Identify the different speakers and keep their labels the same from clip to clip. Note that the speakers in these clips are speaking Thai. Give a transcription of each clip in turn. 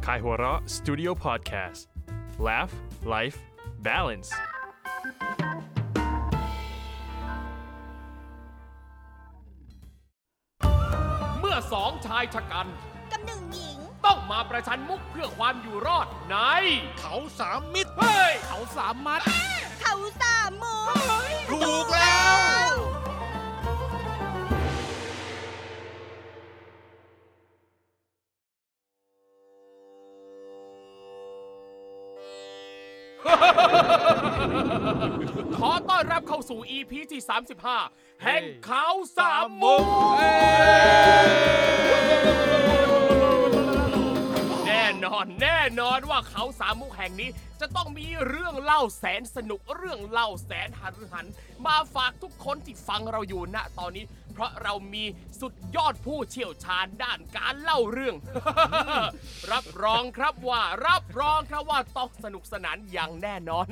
Speaker 1: Kaihura Studio Podcast Laugh Life Balance
Speaker 2: เมื่อสองชายชะกัน
Speaker 3: กับหนึ่งหญิง
Speaker 2: ต้องมาประชันมุกเพื่อความอยู่รอดใน
Speaker 4: เขาสามมิตร
Speaker 2: เฮ้ย เขาสามมัด
Speaker 3: เขาสามหมู
Speaker 4: ถูกแล้ว
Speaker 2: ขอต้อนรับเข้าสู่ EP ที่ 35 แห่งเขาสามมุกแน่นอนแน่นอนว่าเขาสามมุกแห่งนี้ จะต้องมีเรื่องเล่าแสนสนุกเรื่องเล่าแสนหันหัน มาฝากทุกคนที่ฟังเราอยู่ณตอนนี้ เพราะเรามีสุดยอดผู้เชี่ยวชาญด้านการเล่าเรื่อง รับรองครับว่ารับรองครับว่าต้องสนุกสนานอย่างแน่น อน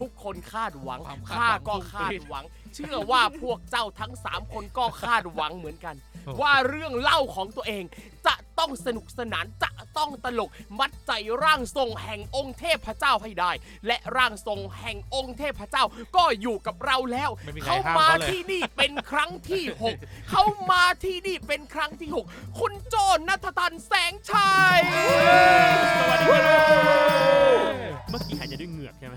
Speaker 2: ทุกคนคาดหวังข้าก็คาดหวัง เชื่อว่าพวกเจ้าทั้งสามคนก็คาดหวังเหมือนกัน ว่าเรื่องเล่าของตัวเอง จะต้องสนุกสนานจะต้องตลกมัดใจร่างทรงแห่งองค์เทพเจ้าให้ได้ และร่างทรงแห่งองค์เทพเจ้าก็อยู่กับเราแล้ว
Speaker 4: ไม่มีใคร
Speaker 2: เขา
Speaker 4: ห้าม
Speaker 2: มา
Speaker 4: เขาเลย
Speaker 2: ที่นี่เป็นครั้งที่ 6 เขามาที่นี่เป็นครั้งที่ 6 คุณโจนัททันแสงชัยสวัสดี
Speaker 5: เมื่อกี้หายใจด้วยเหงือกใช่ไหม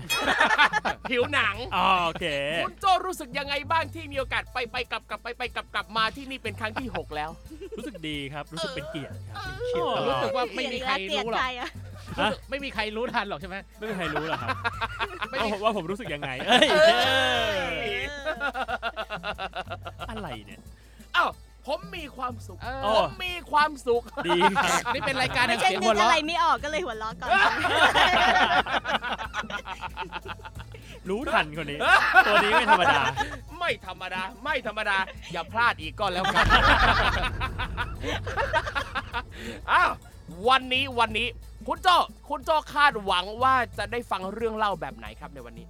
Speaker 2: ผิวหนัง
Speaker 5: อ๋อโอเค
Speaker 2: คุณโจรู้สึกยังไงบ้างที่มีโอกาสไปไปกลับกลับไปไปกลับกลับมาที่นี่เป็นครั้งที่ 6 แล้ว
Speaker 5: รู้สึกดีครับ รู้สึกเป็นเกียรติครับ
Speaker 2: เขียนตลอด
Speaker 6: รู้สึกว่าไม่มีใครรู้หรอก
Speaker 3: อะ
Speaker 5: ฮะ
Speaker 6: ไม่มีใครรู้ทันหรอกใช่ไหม
Speaker 5: ไม่มีใครรู้หรอกครับเอาผมว่าผมรู้สึกยังไงเอ้ยอะไรเนี่ย
Speaker 2: อ้าวผมมีความสุข
Speaker 6: เออ
Speaker 5: โอ้
Speaker 2: ผมมีความสุข
Speaker 5: ดีครับ
Speaker 6: นี่เป็นรายการ
Speaker 3: ไม่
Speaker 6: แห่ง
Speaker 3: ใช่
Speaker 6: เสียง
Speaker 3: นึ
Speaker 6: หัว
Speaker 3: กอะ
Speaker 6: เราะ
Speaker 3: ไรไม่ออกก็เลยหัวเราะก่อน
Speaker 5: รู้ทัน คนนี้ ตัวนี้ไม่ธรรมดา
Speaker 2: ไม่ธรรมดา ไม่ธรรมดา อย่าพลาดอีกก็แล้วกัน อ้าววันนี้วันนี้ คุณโจคุณโจคาดหวังว่าจะได้ฟังเรื่องเล่าแบบไหนครับในวันนี้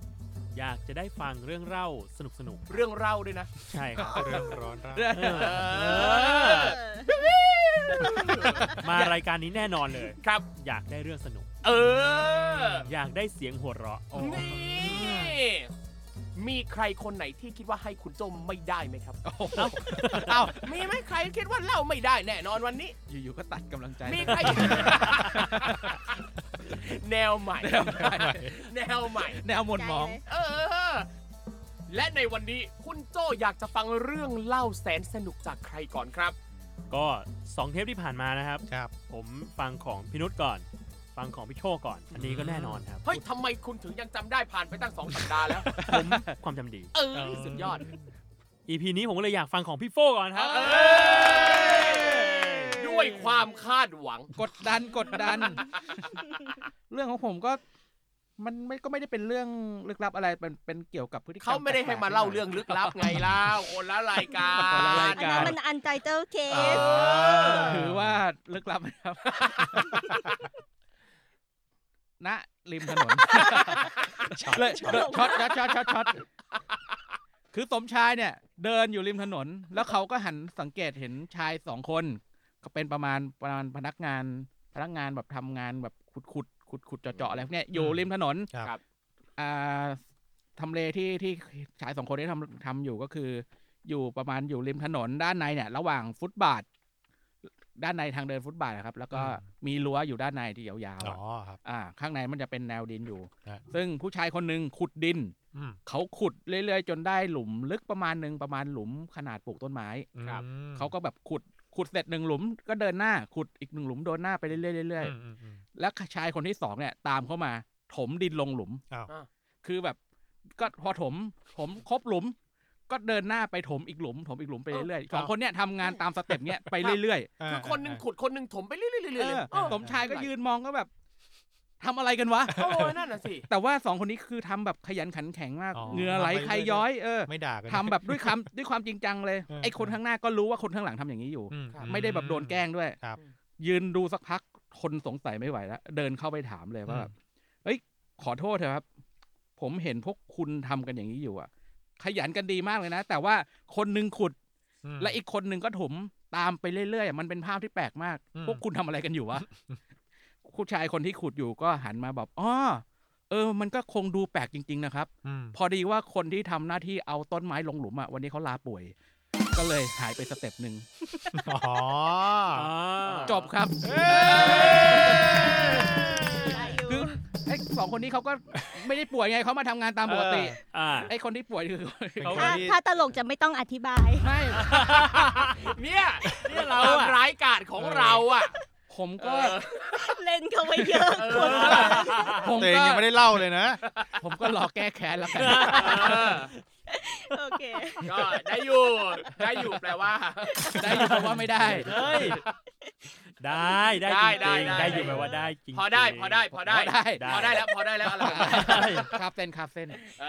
Speaker 5: อยากจะได้ฟังเรื่องเล่าสนุกสนุก
Speaker 2: เรื่องเล่าด้วยนะ
Speaker 5: ๆใช่ครับ
Speaker 4: เรื่องร้อนร้า
Speaker 2: เออ
Speaker 5: มารายการนี้แน่นอนเลย
Speaker 2: ครับ
Speaker 5: อยากได้เรื่องสนุก
Speaker 2: เออ
Speaker 5: อยากได้เสียงหัวเราะ
Speaker 2: นี่ มีใครคนไหนที่คิดว่าให้คุณโจไม่ได้ไหมครับ
Speaker 6: เอ้า
Speaker 2: มีไหมใครคิดว่าเล่าไม่ได้แน่นอนวันนี้
Speaker 6: อยู่ๆก็ตัดกำลังใจ
Speaker 2: มีใคร แนวใหม่ แนวใหม่
Speaker 6: แนวหมนมอง
Speaker 2: เออ และในวันนี้คุณโจอยากจะฟังเรื่องเล่าแสนสนุกจากใครก่อนครับ
Speaker 5: ก็สองเทปที่ผ่านมานะครับ
Speaker 4: ครับ
Speaker 5: ผมฟังของพี่นุชก่อน ฟังของพี่โชคก่อน อันนี้ก็แน่นอนครับ
Speaker 2: เฮ้ยทำไมคุณถึงยังจำได้ผ่านไปตั้งสองสัปดาห์แล้ว
Speaker 5: ผมความจำดี
Speaker 2: เออสุดยอด
Speaker 5: EP นี้ผมก็เลยอยากฟังของพี่โฟก่อนครับ
Speaker 2: เออด้วยความคาดหวัง
Speaker 6: กดดันกด ดัน เรื่องของผมก็ มันไม่ก็ไม่ได้เป็นเรื่องลึกลับอะไรเป็นเป็นเกี่ยวกับพฤติกรรม
Speaker 2: เขาไม่ได้ให้มาเล่าเรื่องลึกลับไงเล่าคนละรายกา
Speaker 6: คนละราร ย
Speaker 3: อัน
Speaker 6: กา
Speaker 3: นั้น
Speaker 6: ร
Speaker 3: มันอันไตเติลเคส
Speaker 6: ถือว่าลึกลับนะครับ ณริมถนน เลยช็อตช็อตช็อตช็อตช็อตคือสมชายเนี่ย เดินอยู่ริมถนน แล้วเขาก็หันสังเกตเห็นชายสองคน ก็เป็นประมาณประมาณพนักงาน พนักงานแบบทำงานแบบขุดขุดขุดขุดเจาะเจาะอะไรพวกเนี้ยอยู่ริมถนน
Speaker 4: ครับ
Speaker 2: ครับ
Speaker 6: อ่าทำเลที่ที่ชายสองคนได้ทำทำอยู่ก็คือ อยู่ประมาณอยู่ริมถนนด้านในเนี่ย ระหว่างฟุตบาท ด้านในทางเดินฟุตบาทนะครับ แล้วก็
Speaker 4: อื
Speaker 6: มีรั้วอยู่ด้านในที่ยาวๆ
Speaker 4: อ๋
Speaker 6: อะ
Speaker 4: อครับ
Speaker 6: อ่าข้างในมันจะเป็นแนวดินอยู่
Speaker 4: ฮะ
Speaker 6: ซึ่งผู้ชายคนหนึ่งขุดดิน
Speaker 4: อืม
Speaker 6: เขาขุดเรื่อยๆ จนได้หลุมลึกประมาณหนึ่งประมาณหลุมขนาดปลูกต้นไม้
Speaker 2: ครับ
Speaker 4: อืม
Speaker 6: เขาก็แบบขุดขุดเสร็จหนึ่งหลุมก็เดินหน้าขุดอีกหนึ่งหลุมเดินหน้าไปเรือยๆเรื่อย
Speaker 4: อืมอืม
Speaker 6: ๆแล้วชายคนที่สองเนี่ยตามเข้ามา ถมดินลงหลุม
Speaker 4: อ้าว
Speaker 6: คือแบบก็พอถมถมครบหลุม ก็เดินหน้าไปถมอีกหลุม ถมอีกหลุมไปเรื่อยๆสองคนเนี่ยทำงานตามสเต็ปเนี่ยไปเรื่อยๆ
Speaker 4: อ่า
Speaker 2: คือคนหนึ่งขุดคนหนึ่งถมไปเรื่อยๆเรื่อยๆ
Speaker 6: เอ
Speaker 2: เล
Speaker 6: อย
Speaker 2: เออ
Speaker 6: สมชายก็ยืนมองก็แบบ ทำอะไรกันวะ
Speaker 2: โอ้ยนั่นน่ะสิ
Speaker 6: แต่ว่าสองคนนี้คือทำแบบขยันขันแข็งมาก
Speaker 4: อ๋อ
Speaker 6: เหงื่อไหล
Speaker 4: ทำไป
Speaker 6: ใคร
Speaker 4: เรื่อยๆ
Speaker 6: ย้อยเออ
Speaker 4: ไม่ด่ากัน
Speaker 6: ทำแบบด้วยคำด้วยความจริงจังเลย
Speaker 4: เออ
Speaker 6: ไอ้คนข้างหน้าก็รู้ว่าคนข้างหลังทำอย่างนี้อยู่
Speaker 4: อื
Speaker 6: ไม่ได้แบบโดนแกล้งด้วย
Speaker 4: ครับ
Speaker 6: ยืนดูสักพักคนสงสัยไม่ไหวแล้ว เดินเข้าไปถามเลยว่า
Speaker 4: อืม
Speaker 6: แบบเอ้ย ขอโทษเถอะครับ ผมเห็นพวกคุณทำกันอย่างนี้อยู่อะขยันกันดีมากเลยนะ แต่ว่าคนหนึงขุด
Speaker 4: ม
Speaker 6: และอีกคนหนึงก็ถมตามไปเรื่อยๆ มันเป็นภาพที่แปลกมาก
Speaker 4: อืม
Speaker 6: พวกคุณทำอะไรกันอยู่วะ ผู้ชายคนที่ขุดอยู่ก็หันมาบอกอ๋อเออ มันก็คงดูแปลกจริง ๆ นะครับ
Speaker 4: อืม
Speaker 6: พอดีว่าคนที่ทำหน้าที่เอาต้นไม้ลงหลุมอ่ะวันนี้เขาลาป่วย ก็เลยหายไปสเต็ปหนึ่ง
Speaker 4: อ๋อ
Speaker 6: จบครับ
Speaker 3: ได้อยู่
Speaker 6: คือไอ้สองคนนี้เขาก็ไม่ได้ป่วยไงเขามาทำงานตามปกติ
Speaker 4: เออ
Speaker 5: อ่า
Speaker 6: ไอ้คนที่ป่วยคือ
Speaker 4: เขา
Speaker 3: ถ้า
Speaker 4: ดี
Speaker 3: ถ้าตลกจะไม่ต้องอธิบาย
Speaker 6: ไม่
Speaker 2: เนี่ยเนี่ยเราอะร้ายกาจของเราอ่ะ
Speaker 6: ผมก็
Speaker 3: เล่นเขาไปเยอะกว่า
Speaker 6: ผม
Speaker 4: ตัวเอง
Speaker 6: ก็
Speaker 4: ยังไม่ได้เล่าเลยนะ
Speaker 6: ผมก็รอแก้แค้นแล้วกัน
Speaker 2: เออ
Speaker 3: โอเค
Speaker 2: ก็ได้อยู่ได้อยู่แปลว่า
Speaker 6: ได้อยู่เพราะว่าไม่ได้
Speaker 5: เฮ้ย ได้ได้
Speaker 2: ได้
Speaker 5: จริงๆ
Speaker 2: ได้ได้
Speaker 5: ได้อยู่แปลว่าได้จริงๆ
Speaker 2: พอได้พอได้พอได้
Speaker 6: พอได้
Speaker 2: พอได้แล้วพอได้แล้วอะไรวะ
Speaker 6: คาบเส้นคาบเส้น
Speaker 2: เอ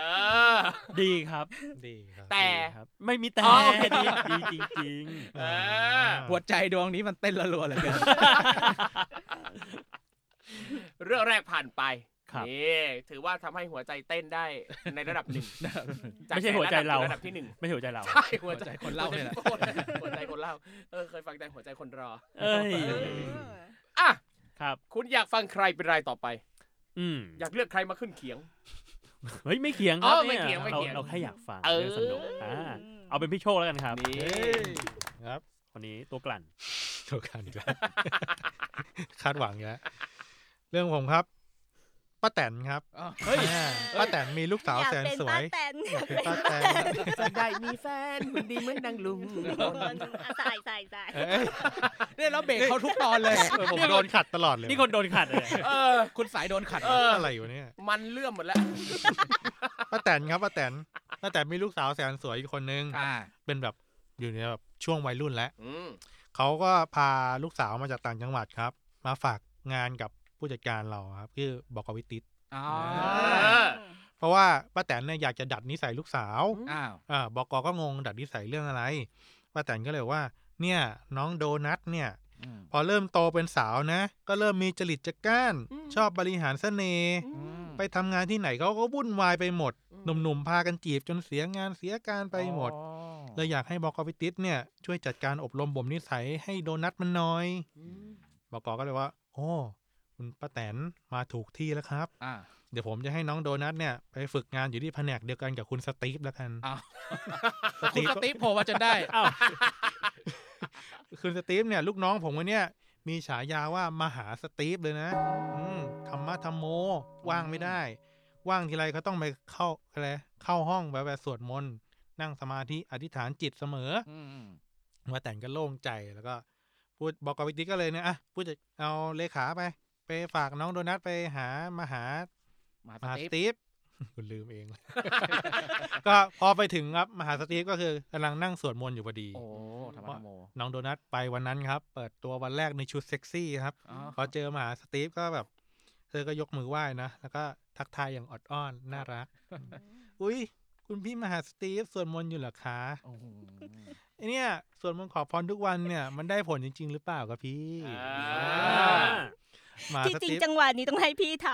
Speaker 2: อ
Speaker 5: ดีครับ
Speaker 4: ดีครับ
Speaker 2: แต่
Speaker 5: ดีครับ ไม่มีแต่
Speaker 2: อ๋อโอเค
Speaker 5: ดีดีจริง
Speaker 2: เออ
Speaker 6: หัวใจดวงนี้มันเต้นรัวๆเหลยเกิน
Speaker 2: เรื่องแรกผ่านไป
Speaker 5: ๆ ครับ
Speaker 2: นี่ถือว่าทำให้หัวใจเต้นได้ในระดับหนึ่ งจาก
Speaker 5: ไม่ใช่หัวใจเรา
Speaker 2: ระดับที่หนึ่ง
Speaker 5: ไม่เห็นใจเรา
Speaker 2: ใช่หัวใจ
Speaker 6: หัวใจคนเล่าเนี่ยแหละ
Speaker 2: หัวใจคนเล่าเออเคยฟังแต่หัวใจคนรอ
Speaker 5: เอ้ย
Speaker 2: อ่ะ
Speaker 5: ครับ
Speaker 2: คุณอยากฟังใครเป็นรายต่อไป
Speaker 5: อืม
Speaker 2: อยากเลือกใครมาขึ้นเขียง
Speaker 5: เฮ้ยไม่เคียงค
Speaker 2: อ๋
Speaker 5: รั
Speaker 2: อบ ไม่
Speaker 5: นี่
Speaker 2: เถียงไม่
Speaker 5: รา
Speaker 2: เถียง
Speaker 5: เราแค่อยากฟัง
Speaker 2: เออ
Speaker 5: เรื่องสนุกอ่าเอาเป็นพี่โชคแล้วกันครับ
Speaker 2: นี่
Speaker 4: ครับ
Speaker 5: คนนี้ตัวกลั่น
Speaker 4: ถูกกันอีกแล้ว คาดหวังอีกแล้วเรื่องผมครับป้าแตนครับ
Speaker 6: เฮ้ย
Speaker 4: อ่าป้าแตนมีลูกสาว
Speaker 3: อยาก
Speaker 4: แสน
Speaker 3: เป็น
Speaker 4: สว
Speaker 3: ป้าย แตน
Speaker 4: อยากเป็นป้าแตน
Speaker 2: จะได้มีแฟนหุ่นดีเหมือนนางลุง
Speaker 3: อ่ะใส่ใส่ใส่
Speaker 4: เอ้ย
Speaker 6: เนี่ยเราเบรกเขาทุกตอนเลย
Speaker 4: เออผมโดนขัดตลอดเลย
Speaker 5: นี่คนโดนขัดเลย
Speaker 2: เออ
Speaker 6: คุณสายโดนขัด
Speaker 2: เออ
Speaker 4: อะไรอยู่เนี่ย
Speaker 2: มันเลื่อมหมดแล้ว
Speaker 4: ป้าแตนครับป้าแตนป้าแตนมีลูกสาวแสนสวยอีกคนนึง
Speaker 6: อ่า
Speaker 4: เป็นแบบอยู่ในแบบช่วงวัยรุ่นแล้ว
Speaker 2: อืม
Speaker 4: เขาก็พาลูกสาวมาจากต่างจังหวัดครับ มาฝากงานกับผู้จัดการเราครับ คือบอกวิติด
Speaker 6: อ๋อ
Speaker 2: เออ
Speaker 4: เพราะว่าป้าแตนเนี่ยอยากจะดัดนิสัยลูกสาว
Speaker 6: อ้าว
Speaker 4: อ่าบอกก็งงดัดนิสัยเรื่องอะไรป้าแตนก็เลยบอกว่า เนี่ยน้องโดนัทเนี่ย
Speaker 6: อืม
Speaker 4: พอเริ่มโตเป็นสาวนะ ก็เริ่มมีจริตจักก้าน
Speaker 2: อืม
Speaker 4: ชอบบริหารเสน่ห์
Speaker 2: อืม
Speaker 4: ไปทำงานที่ไหนเขาก็วุ่นวายไปหมด
Speaker 2: อืม
Speaker 4: หนุ่มๆพากันจีบจนเสียงานเสียการไปหมด
Speaker 6: อ๋อ
Speaker 4: เลยอยากให้บอกวิติดเนี่ยช่วยจัดการอบรมบ่มนิสัยให้โดนัทมันหน้อย บกก็เลยว่า โอ้คุณป้าแตนมาถูกที่แล้วครับ
Speaker 6: อ่า
Speaker 4: เดี๋ยวผมจะให้น้องโดนัทเนี่ย ไปฝึกงานอยู่ที่แผนกเดียวกันกับคุณสตีฟแล้วกัน
Speaker 6: อ้าว
Speaker 4: ส
Speaker 6: คุ
Speaker 4: ตี
Speaker 6: ณ
Speaker 4: ฟ
Speaker 6: สติปโผล่มาจนได้
Speaker 5: อ้าว
Speaker 4: คุณสตีฟเนี่ย ลูกน้องผมคนเนี่ยมีฉายาว่ามหาสตีฟเลยนะอืมธรรมะธรรมโม ว่างไม่ได้ ว่างทีไรเขาต้องไปเข้าอะไรเข้าห้องแบบแบบสวดมนต์นั่งสมาธิอธิษฐานจิตเสมอ
Speaker 6: อืม
Speaker 4: มาแต่งก็โล่งใจแล้วก็พูดบอกกับวิติก็เลยเนี่ยอ่ะพูดจะเอาเลขาไป ไปฝากน้องโดนัทไปหามาหา
Speaker 6: มาส
Speaker 4: มหา
Speaker 6: ติ
Speaker 4: ส
Speaker 6: ป
Speaker 4: ตีฟ คุณลืมเอง ก็พอไปถึงครับมหาสตีฟก็คือกำลังนั่งสวดมนต์อยู่พอดี
Speaker 6: โอ้ธรรมะธรรโม
Speaker 4: น้องโดนัทไปวันนั้นครับ เปิดตัววันแรกในชุดเซ็กซี่ครับ
Speaker 6: อ๋อ
Speaker 4: พอเจอมหาสตีฟก็แบบ เธอก็ยกมือไหว้นะ แล้วก็ทักทายอย่างออดอ้อนน่ารัก อุ๊ย คุณพี่มหาสตีฟสวดมนต์อยู่เหรอคะ
Speaker 6: โอ้โห
Speaker 4: ไอเนี่ยสวดมนต์ขอพรทุกวันเนี่ย มันได้ผลจริง ๆ หรือเปล่าครับพี่
Speaker 2: อ่
Speaker 5: อ่า
Speaker 2: า
Speaker 4: มหา
Speaker 3: ที่
Speaker 4: ส
Speaker 3: จริง
Speaker 4: ตีฟ
Speaker 3: จังหวะนี้ต้องให้พี่ท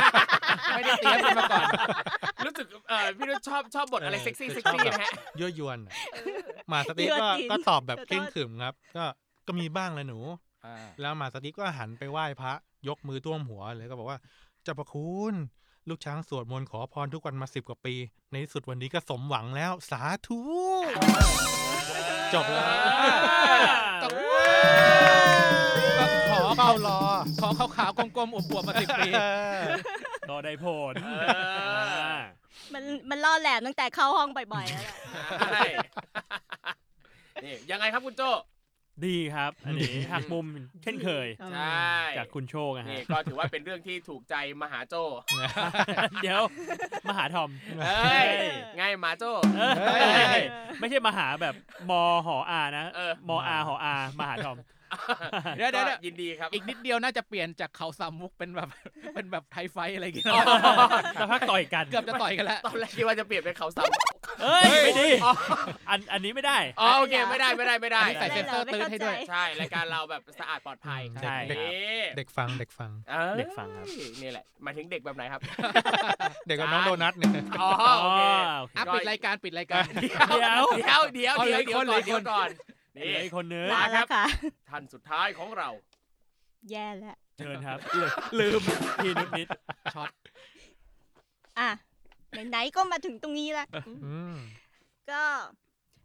Speaker 3: ำ
Speaker 6: ไม่ได้เตรียมกันมาก่อน
Speaker 2: รู้สึกเออพี่นุชชอบชอบบทอะไรเซ็กซี่เซ็กซี่นะฮะ
Speaker 4: ยั่ วยวนอะมหาสตีฟก็ก็ตอบแบบเคร่งขรึมครับ ก็ก็มีบ้างแหละหนู
Speaker 6: อ่า
Speaker 4: แล้วมหาสติกก็หันไปไหว้พระ ยกมือท่วมหัวเลยก็บอกว่าเจ้าประคุณ ลูกช้างสวดมนต์ขอพรทุกวันมาสิบกว่าปี ในที่สุดวันนี้ก็สมหวังแล้ว สาธุ จบแล้ว
Speaker 6: ต้อง
Speaker 4: ก็ขอเฝ้ารอ
Speaker 6: ขอขาวๆกลมๆอวบๆมาสิบปี
Speaker 4: เออ
Speaker 5: ก็ได้ผล
Speaker 2: เออ
Speaker 5: า
Speaker 3: มันมันล่อแหลมตั้งแต่เข้าห้องบ่อยๆแล้วแหละ
Speaker 2: ใช่นี่ยังไงครับคุณโจ
Speaker 5: ดีครับ อันนี้หักมุมเช่นเคย
Speaker 2: ใช่
Speaker 5: จากคุณโชคนะฮะ
Speaker 2: นี่ก็ถือว่าเป็นเรื่องที่ถูกใจมหาโจ
Speaker 5: เดี๋ยวมาหาทอม
Speaker 2: เอ้ย
Speaker 5: เฮ้ย
Speaker 2: ไงมหาโจ
Speaker 5: เฮ้ยไม่ใช่มาหาแบบมอหออานะ
Speaker 2: เออ
Speaker 5: มออาหออามาหาทอม
Speaker 6: เดี๋ยวเดี๋ยวเดี๋ยว
Speaker 2: ก็ยินดีครับ
Speaker 6: อีกนิดเดียวน่าจะเปลี่ยนจากเขาสามมุกเป็นแบบ เป็นแบบไทยไฟท์อะไรอย่างเงี้ย
Speaker 5: สักพักต่อยกัน
Speaker 6: เกือบจะต่อยกันแล้ว
Speaker 2: ตอนแรกคิดว่าจะเปลี่ยนเป็นเขาเสา
Speaker 5: เอ้ย ไม่ดี อันอันนี้ไม่ได้
Speaker 2: อ๋อโอเคไม่ได้ไม่ได้ไม่ได้
Speaker 6: อันนี้ใส่เซ็นเซอร์ตื้นให้ด้วย
Speaker 2: ใช่รายการเราแบบสะอาดปลอดภัย
Speaker 5: ใช่
Speaker 2: เด็ก
Speaker 4: เด็กฟังเด็กฟัง
Speaker 5: เด็กฟังครับ
Speaker 2: นี่แหละหมายถึงเด็กแบบไหนครับ
Speaker 4: เด็กกับน้องโดนัทเนี่ย
Speaker 2: อ๋อโอเค
Speaker 5: โอเค
Speaker 6: อ่ะ
Speaker 2: ก็
Speaker 6: ปิดรายการปิดรายการ
Speaker 5: เดี๋ยว
Speaker 2: เดี๋ยวเดี๋ยว
Speaker 6: เอา
Speaker 2: เดี๋ยว
Speaker 6: เลย
Speaker 2: เดี๋ยว
Speaker 6: คน
Speaker 2: ก่อน
Speaker 6: เลย
Speaker 2: เดี๋ยวก่อนนี่
Speaker 5: เหลือ
Speaker 6: คน
Speaker 5: อีกคนนึง
Speaker 2: มา
Speaker 3: มา
Speaker 2: ค
Speaker 3: แล้
Speaker 2: รั
Speaker 3: ว
Speaker 2: บ
Speaker 3: ค่ะ
Speaker 2: ท่านสุดท้ายของเรา
Speaker 3: แย่แล้ว
Speaker 5: เชิญครับ
Speaker 6: ลืม
Speaker 5: พี่นุชนิด
Speaker 6: ช็อต
Speaker 3: อ่ะไหนๆก็มาถึงตรงนี้ละ
Speaker 4: อืม
Speaker 3: ก็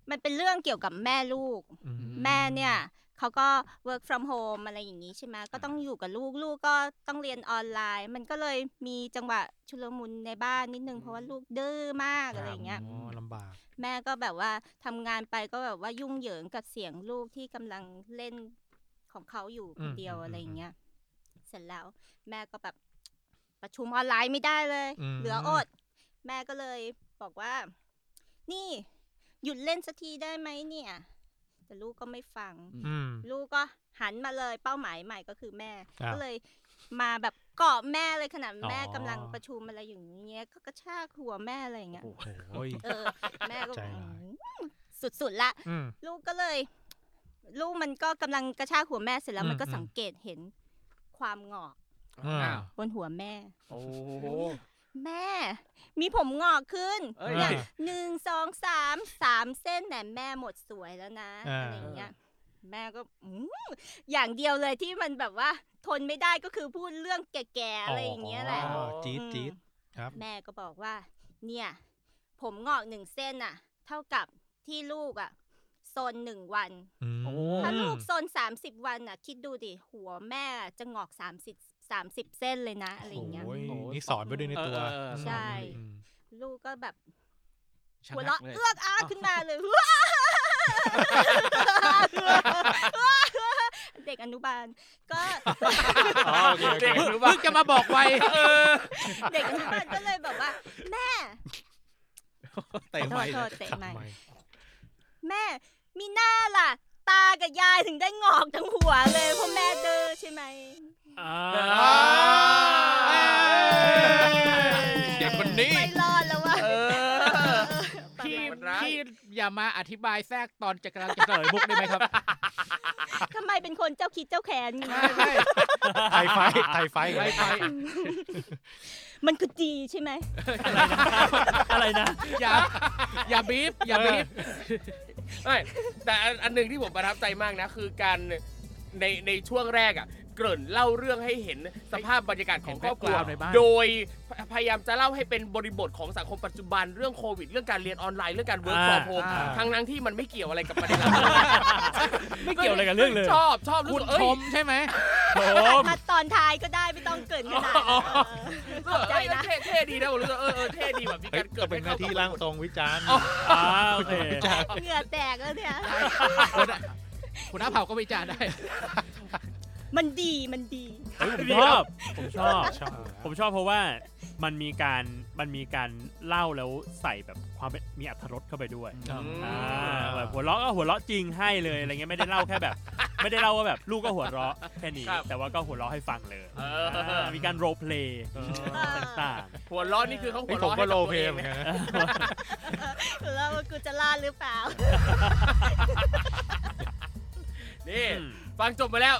Speaker 3: มันเป็นเรื่องเกี่ยวกับแม่ลูก
Speaker 4: อืม
Speaker 3: แม่เนี่ยเขาก็ work from home อะไรอย่างนี้ใช่ไหมก็ต้องอยู่กับลูกลูกก็ต้องเรียนออนไลน์ มันก็เลยมีจังหวะชุลมุนในบ้านนิดนึง เพราะว่าลูกดื้อมากอะไรอย่างเงี้ย
Speaker 4: อ๋อลำบาก
Speaker 3: แม่ก็แบบว่าทำงานไปก็แบบว่ายุ่งเหยิงกับเสียงลูกที่กำลังเล่นของเขาอยู่คนเดียว
Speaker 4: อืมอืม
Speaker 3: อะไรอย่าง
Speaker 4: อืม
Speaker 3: เงี้ย เสร็จแล้ว แม่ก็แบบประชุมออนไลน์ไม่ได้เลย
Speaker 4: อืม
Speaker 3: เหลืออด แม่ก็เลยบอกว่า นี่หยุดเล่นสักทีได้ไหมเนี่ย แต่ลูกก็ไม่ฟัง
Speaker 6: อืม
Speaker 4: อืม
Speaker 3: ลูกก็หันมาเลยเป้าหมายใหม่ก็คือแม่
Speaker 4: อ่ะ
Speaker 3: ก็เลยมาแบบเกาะแม่เลยขนาดแม่
Speaker 4: อ๋อ
Speaker 3: กำลังประชุมอะไรอย่างเงี้ย ก็กระชากหัวแม่อะไรอย่างเงี้ย
Speaker 4: โอ้ย
Speaker 3: เออ แม่ก็
Speaker 4: ใจร้าย
Speaker 3: อืมสุดๆละ
Speaker 4: อืม
Speaker 3: ลูกก็เลย ลูกมันก็กำลังกระชากหัวแม่เสร็จแล้ว
Speaker 4: อืม
Speaker 3: มันก็
Speaker 4: อืม
Speaker 3: สังเกตเห็นความงอก
Speaker 4: อ่า
Speaker 6: อ้าว
Speaker 3: บนหัวแม่
Speaker 2: โอ้
Speaker 3: แม่ มีผมงอกขึ้น
Speaker 6: เอ้ย
Speaker 3: เนี่ยหนึ่งสองสามสามเส้นแหนแม่หมดสวยแล้วนะ
Speaker 4: อ่า
Speaker 3: อะไรอย่างเงี้ยแม่ก็อืมอย่างเดียวเลยที่มันแบบว่า ทนไม่ได้ก็คือพูดเรื่องแก่ๆอะไรอย่างเงี้ยแหละ
Speaker 4: อ๋อจี๊ด
Speaker 3: อืม
Speaker 4: จี๊ดครับ
Speaker 3: แม่ก็บอกว่า เนี่ย ผมงอกหนึ่งเส้นน่ะ เท่ากับที่ลูกอ่ะซนหนึ่งวัน
Speaker 4: อืม
Speaker 6: โอ้
Speaker 3: ถ้าลูกโซนสามสิบวันน่ะ คิดดูดิ หัวแม่จะงอกสามสิบสามสิบเส้นเลยนะ อะไรอย่างเงี้ย
Speaker 4: โอ้ยนี่สอนไปด้วยในตัว
Speaker 6: เออเออเออ
Speaker 3: ใช่
Speaker 4: อืม
Speaker 3: ลูกก็แบบ
Speaker 6: ช
Speaker 3: หัว
Speaker 6: นะ
Speaker 3: เราะ
Speaker 6: เลย
Speaker 3: เอื้อกอา
Speaker 6: อ้าก ว
Speaker 3: ขึ้นมา เลยว้าเด็กอนุบาล ก็
Speaker 1: อ๋อโอเคโอเค
Speaker 2: เด็กหรือว่า
Speaker 6: เพิ่งจะมาบอกไว
Speaker 3: เด็กอนุบาลก็เลยแบบว่า แม่
Speaker 6: เตะ
Speaker 3: โท
Speaker 6: ไป
Speaker 3: ษโทษเตะไหม
Speaker 4: ทำไม
Speaker 3: แม่ มีหน้าล่ะ ตากับยายถึงได้งอกทั้งหัวเลยเพราะแม่เด้อใช่ไหม
Speaker 5: อ่า
Speaker 2: เอ้
Speaker 6: เด็กคนนี้
Speaker 3: ไม่รอดแล้วว่ะ
Speaker 2: เออ
Speaker 6: พี่
Speaker 2: มันร้าย
Speaker 6: พี่อย่ามาอธิบายแทรกตอนจะกำลังจะเฉลยมุกได้ไหมครับ
Speaker 3: ทำไมเป็นคนเจ้าคิดเจ้าแค้นอย่างนี้
Speaker 4: ไทยไฟท์ไทยไฟท์
Speaker 6: ไปไป
Speaker 3: มันคือดีใช่ไหม
Speaker 5: อะไรนะ
Speaker 6: อย่าอย่าบีบอย่าบีบ
Speaker 2: ไม่แต่อันอันหนึ่งที่ผมประทับใจมากนะ คือการในในช่วงแรกอ่ะ เกริ่นเล่าเรื่องให้เห็นสภาพบรรยากาศของครอบครัว
Speaker 6: เห็น background ในบ้าน
Speaker 2: โดยพพยายามจะเล่าให้เป็นบริบทของสังคมปัจจุบันเรื่องโควิด เรื่องการเรียนออนไลน์เรื่องการ work from home
Speaker 5: อ่า
Speaker 2: ทั้งนั้นที่มันไม่เกี่ยวอะไรกับประเด็นหลัก
Speaker 5: ไม่เกี่ยวอะไรกับเรื่องเลย
Speaker 2: ชอบชอบรู้
Speaker 6: คุณ
Speaker 2: สึกเอ้
Speaker 6: ช
Speaker 2: ย
Speaker 6: มใช่ไหม
Speaker 5: โถม
Speaker 3: มาตอนท้ายก็ได้ไม่ต้องเกรินขนาดนั้น
Speaker 2: อ๋อ
Speaker 3: เออ
Speaker 2: เออเอ้ยเท่เท่ดีนะผมรู้สึกเออเออเท่ดีแบบมี
Speaker 4: เฮ้
Speaker 2: กา
Speaker 4: ย
Speaker 2: รเกิ
Speaker 4: ก็
Speaker 2: ด
Speaker 4: เป็นหน้าที่ร่างทรงวิจารณ์
Speaker 5: อ่าโอเค
Speaker 3: เหงื่อแตกแล้วเนี่ย
Speaker 6: คุณอาเผาก็วิจารณ์ได้
Speaker 3: มันดีมันดี
Speaker 5: เฮ้ยผมชอบ ผมชอบ ผมชอบเพราะว่ามันมีการมันมีการเล่าแล้วใส่แบบความเป็นมีอัธรสเข้าไปด้วย
Speaker 2: อื
Speaker 5: อ่าม แบบหัวเราะก็หัวเราะจริงให้เลยอะไรเงี้ยไม่ได้เล่าแค่แบบ ไม่ได้เล่าว่าแบบลูกก็หัวเราะแค่นี้
Speaker 2: ครับ
Speaker 5: แต่ว่าก็หัวเราะให้ฟังเลย
Speaker 2: เอออ่
Speaker 5: ามีการโรลเพลย์ต่าง
Speaker 2: หัวเร้อนนี่คือเขาหั
Speaker 4: นี่
Speaker 2: ว
Speaker 4: ผ
Speaker 2: เร้
Speaker 4: ม
Speaker 2: อน
Speaker 4: ก็
Speaker 2: ให้บ
Speaker 4: โล
Speaker 2: ตัว
Speaker 4: เพ
Speaker 2: อ
Speaker 4: ม
Speaker 2: ง
Speaker 4: เหมือน
Speaker 2: นะ
Speaker 4: กันนะ
Speaker 3: แล้วว่ากูจะรอดหรือเปล่า
Speaker 2: นี่
Speaker 5: ๆอืม
Speaker 2: ฟังจบมาแล้ว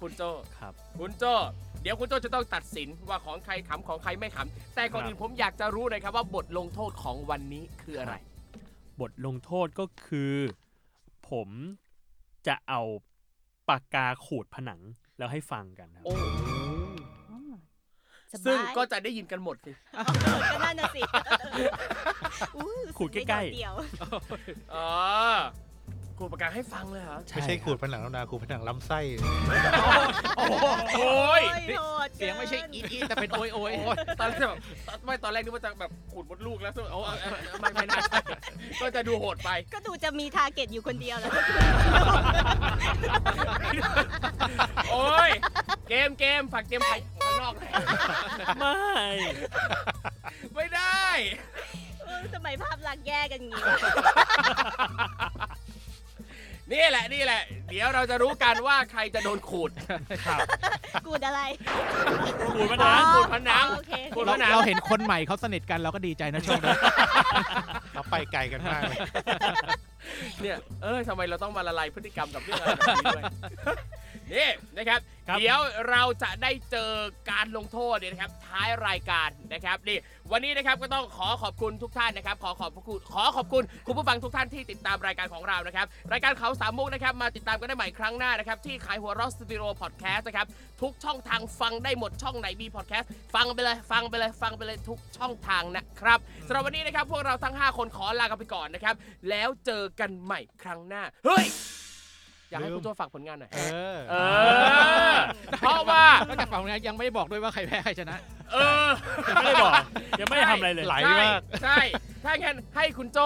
Speaker 2: คุณโจ
Speaker 5: ครับ
Speaker 2: คุณโจ้เดี๋ยวคุณโจ้จะต้องตัดสินว่าของใครขำของใครไม่ขำแต่ก่อน
Speaker 5: ครับ
Speaker 2: อื่นผมอยากจะรู้หนะครับว่าบทลงโทษของวันนี้คืออะไร
Speaker 5: บทลงโทษก็คือ ผมจะเอาปากกาขูดผนังแล้วให้ฟังกันครับ
Speaker 2: โอ้
Speaker 3: สบาย
Speaker 2: ซึ่งก็จะได้ยินกันหมดสิ
Speaker 3: เออก็นั่นน่ะสิอุ๊ย
Speaker 5: ขูดใกล้ๆ
Speaker 3: รู้สึไม่โดดเดี่ยว
Speaker 2: อ๋อกูประกาศให้ฟังเลยเหรอ
Speaker 4: ไม่ใช่ขูดผนังแล้วนะขูดผนังลำไส้
Speaker 2: โอ้ย
Speaker 3: โหด
Speaker 6: เสียงไม่ใช่อีอีแต่เป็นโอยโอย
Speaker 2: ตอนแรกแบบไม่ตอนแรกนึกว่าจะแบบขูดมดลูกแล้วซึ่งโอ้ยไม่ไม่น่าใช่ก็จะดูโหดไป
Speaker 3: ก็ดูจะมีทาร์เก็ตอยู่คนเดียวแหล้ว
Speaker 2: โอ้ยเกมเกมฝากเกมไปข้างนอกหน่อย
Speaker 5: ไม่
Speaker 2: ไม่ได้
Speaker 3: เออทำไมภาพลักษณ์แย่กันอย่างงี้
Speaker 2: นี่แหละนี่แหละ เดี๋ยวเราจะรู้กันว่าใครจะโดนขูด
Speaker 3: กูดอะไร
Speaker 5: ขูดผนัง
Speaker 2: ขูดผนัง
Speaker 3: อ๋อโอเค
Speaker 2: ขูดผ
Speaker 6: เรา
Speaker 2: นัง
Speaker 6: เราเห็นคนใหม่เขาสนิทกันเราก็ดีใจนะโชคดี
Speaker 4: เราไปไกลกันมากเลย
Speaker 2: เนี่ย เอ้ยทำไมเราต้องมาละลายพฤติกรรมกับเรื่องอะไรแบบนี้ด้วย นี่นะครับ
Speaker 5: ครับ
Speaker 2: เดี๋ยวเราจะได้เจอการลงโทษเนี่ยนะครับท้ายรายการนะครับนี่วันนี้นะครับก็ต้องขอขอบคุณทุกท่านนะครับ ขอขอบคุณขอขอบคุณคุณผู้ฟังทุกท่านที่ติดตามรายการของเรานะครับ รายการเขาสามมุกนะครับมาติดตามกันได้ใหม่ครั้งหน้านะครับที่ขายหัวเรอสตูดิโอพอดแคสต์นะครับทุกช่องทางฟังได้หมดช่องไหนมีพอดแคสต์ฟังไปเลยฟังไปเลยฟังไปเลยทุกช่องทางนะครับสำหรับวันนี้นะครับพวกเราทั้งห้าคนขอลากันไปก่อนนะครับแล้วเจอกันใหม่ครั้งหน้าเฮ้ยอยากให้คุณโจฝากผลงานหน่อย
Speaker 4: เออ
Speaker 2: เออ เพราะว่า
Speaker 6: นอกจากฝั่งนั้นยังไม่ได้บอกด้วยว่าใครแพ้ใครชนะ
Speaker 2: เออ
Speaker 5: ยังไม่ได้บอกยังไม่ได้ทำอะไรเลย
Speaker 4: ไหล
Speaker 2: ใช่
Speaker 4: มาก
Speaker 2: ใช่ ถ้างั้นให้คุณโจ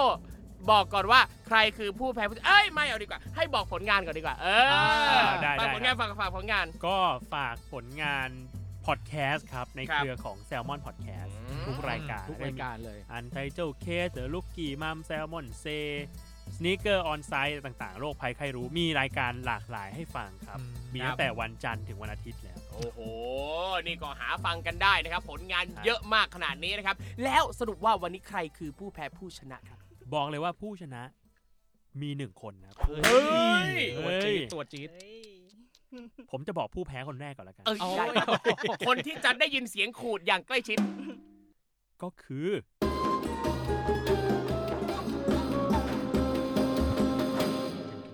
Speaker 2: บอกก่อนว่าใครคือผู้แพ้ผู้ชนะเอ้ยไม่เอาดีกว่า ให้บอกผลงานก่อนดีกว่า เอออา
Speaker 5: ได้
Speaker 2: ฝาก
Speaker 5: ได้
Speaker 2: ผลงานฝากฝากผลงาน
Speaker 5: ก็ฝากผลงานพอดแคสต์ครับ ใน
Speaker 2: ครับ
Speaker 5: เครือของ Salmon Podcast ทุกรายการ
Speaker 6: ทุกรายการเลย
Speaker 5: อันไทเจ้าเคสหรือลูกกี่มัมแซลมอนเซสเนคเกอร์ออนไซต์ต่างๆ โรคภัยไข้รู้มีรายการหลากหลายให้ฟังครับ
Speaker 4: อืม
Speaker 5: มีตั้งแต่วันจันทร์ถึงวันอาทิตย์แล้ว
Speaker 2: โอ้โห นี่ก็หาฟังกันได้นะครับ ผลงานเยอะมากขนาดนี้นะครับ แล้วสรุปว่าวันนี้ใครคือผู้แพ้ผู้ชนะครับ
Speaker 5: บอกเลยว่าผู้ชนะมีหนึ่งคนนะครับ
Speaker 2: เฮ้ย
Speaker 6: ตัวจี๊ดตัวจี๊ด
Speaker 3: เฮ้ย
Speaker 5: ผมจะบอกผู้แพ้คนแรกก่อนแล้วกัน
Speaker 2: เอ้ยได้คนที่จะได้ยินเสียงขูดอย่างใกล้ชิด
Speaker 5: ก็คือ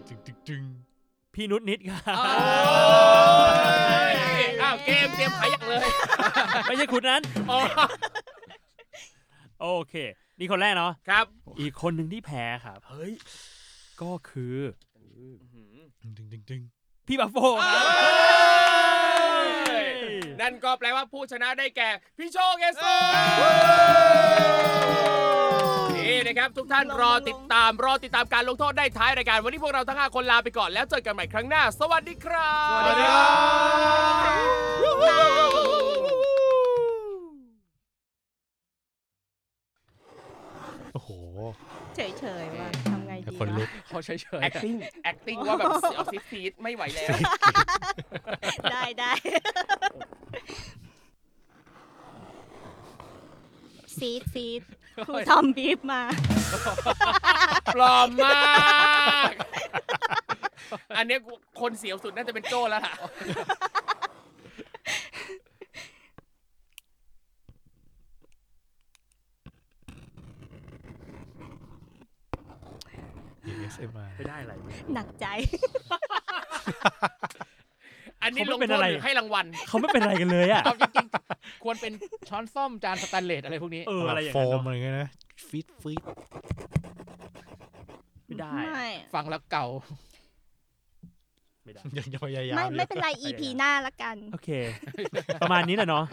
Speaker 4: จึงจึงจึง
Speaker 5: พี่นุชนิดครับ
Speaker 2: โอ้ยอ้าวเกมเตรียมขายอย่างเลย
Speaker 5: ไม่ใช่คุณนั้น
Speaker 2: อ๋อ
Speaker 5: โอเค นี่คนแรกเนาะ
Speaker 2: ครับ
Speaker 5: อีกคนหนึ่งที่แพ้ครับ
Speaker 2: เฮ้ย
Speaker 5: ก็คือ
Speaker 4: ดึงดึงดึงดึง
Speaker 5: พี่บัฟโฟครับ
Speaker 2: เอ้ย นั่นก็แปลว่าผู้ชนะได้แก่ พี่โชคเอสโซนี่นะครับ ทุกท่านรอติดตามรอติดตามการลงโทษได้ท้ายรายการ วันนี้พวกเราทั้ง 5 คนลาไปก่อนแล้วเจอกันใหม่ครั้งหน้า สวัสดีครับ
Speaker 6: สวัสดีครับ
Speaker 4: โอ้โห
Speaker 3: เฉยๆว่าทำไง
Speaker 4: แต่
Speaker 3: ดี
Speaker 4: คนลุก
Speaker 3: วะ
Speaker 6: เขาเฉยๆอะ
Speaker 2: acting acting ว่าแบบเอาซีดซีดๆไม่ไหวแล้ว
Speaker 3: ได้ได้ซีดซีดครูทอมบีบมา
Speaker 2: ปลอมมาก อันเนี้ยกูคนเสียวสุดน่าจะเป็นโจ้แล้วล่ะ
Speaker 4: ASMR
Speaker 5: ไม่ได้อะไรเว้ย
Speaker 3: หนักใจ
Speaker 2: อันนี้ล
Speaker 5: เขา
Speaker 2: ง
Speaker 5: ไม่เป็น
Speaker 2: โทษ
Speaker 5: อะไร
Speaker 2: หรือให้รางวัล
Speaker 5: เขาไม่เป็นอะไรกันเลยอ่ะ
Speaker 6: เอาจริงๆ ควรเป็นช้อนส้อมจานสแตนเลสอะไรพวกนี้
Speaker 5: เออ อะไรอย่าง
Speaker 4: โฟ
Speaker 5: เงี้ย
Speaker 4: ม
Speaker 5: เนอะ
Speaker 4: อะไรเงี้ยนะฟีดฟีด
Speaker 5: ไม่ได้
Speaker 3: ไม่
Speaker 6: ฟังแล้วเก่า
Speaker 5: ไม่ได้
Speaker 4: ยังจะพยายาม
Speaker 3: ไม่
Speaker 4: อยู่
Speaker 3: ไม่เป็นไร EP หน้าละกัน
Speaker 5: โอเค ประมาณนี้แหละเนาะ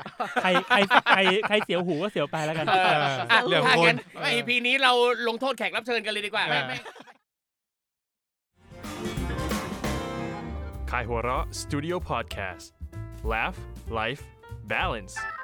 Speaker 5: ใครใครใครใครเสียวหูก็เสียวไปแล้วกัน
Speaker 2: เออ อ่ะ
Speaker 4: เรื่อง
Speaker 2: ถ้า
Speaker 4: คน
Speaker 2: งั้น EP นี้เราลงโทษแขกรับเชิญกันเลยดีกว่า
Speaker 4: อ่า
Speaker 7: Kaihura Studio Podcast. Laugh, Life, Balance.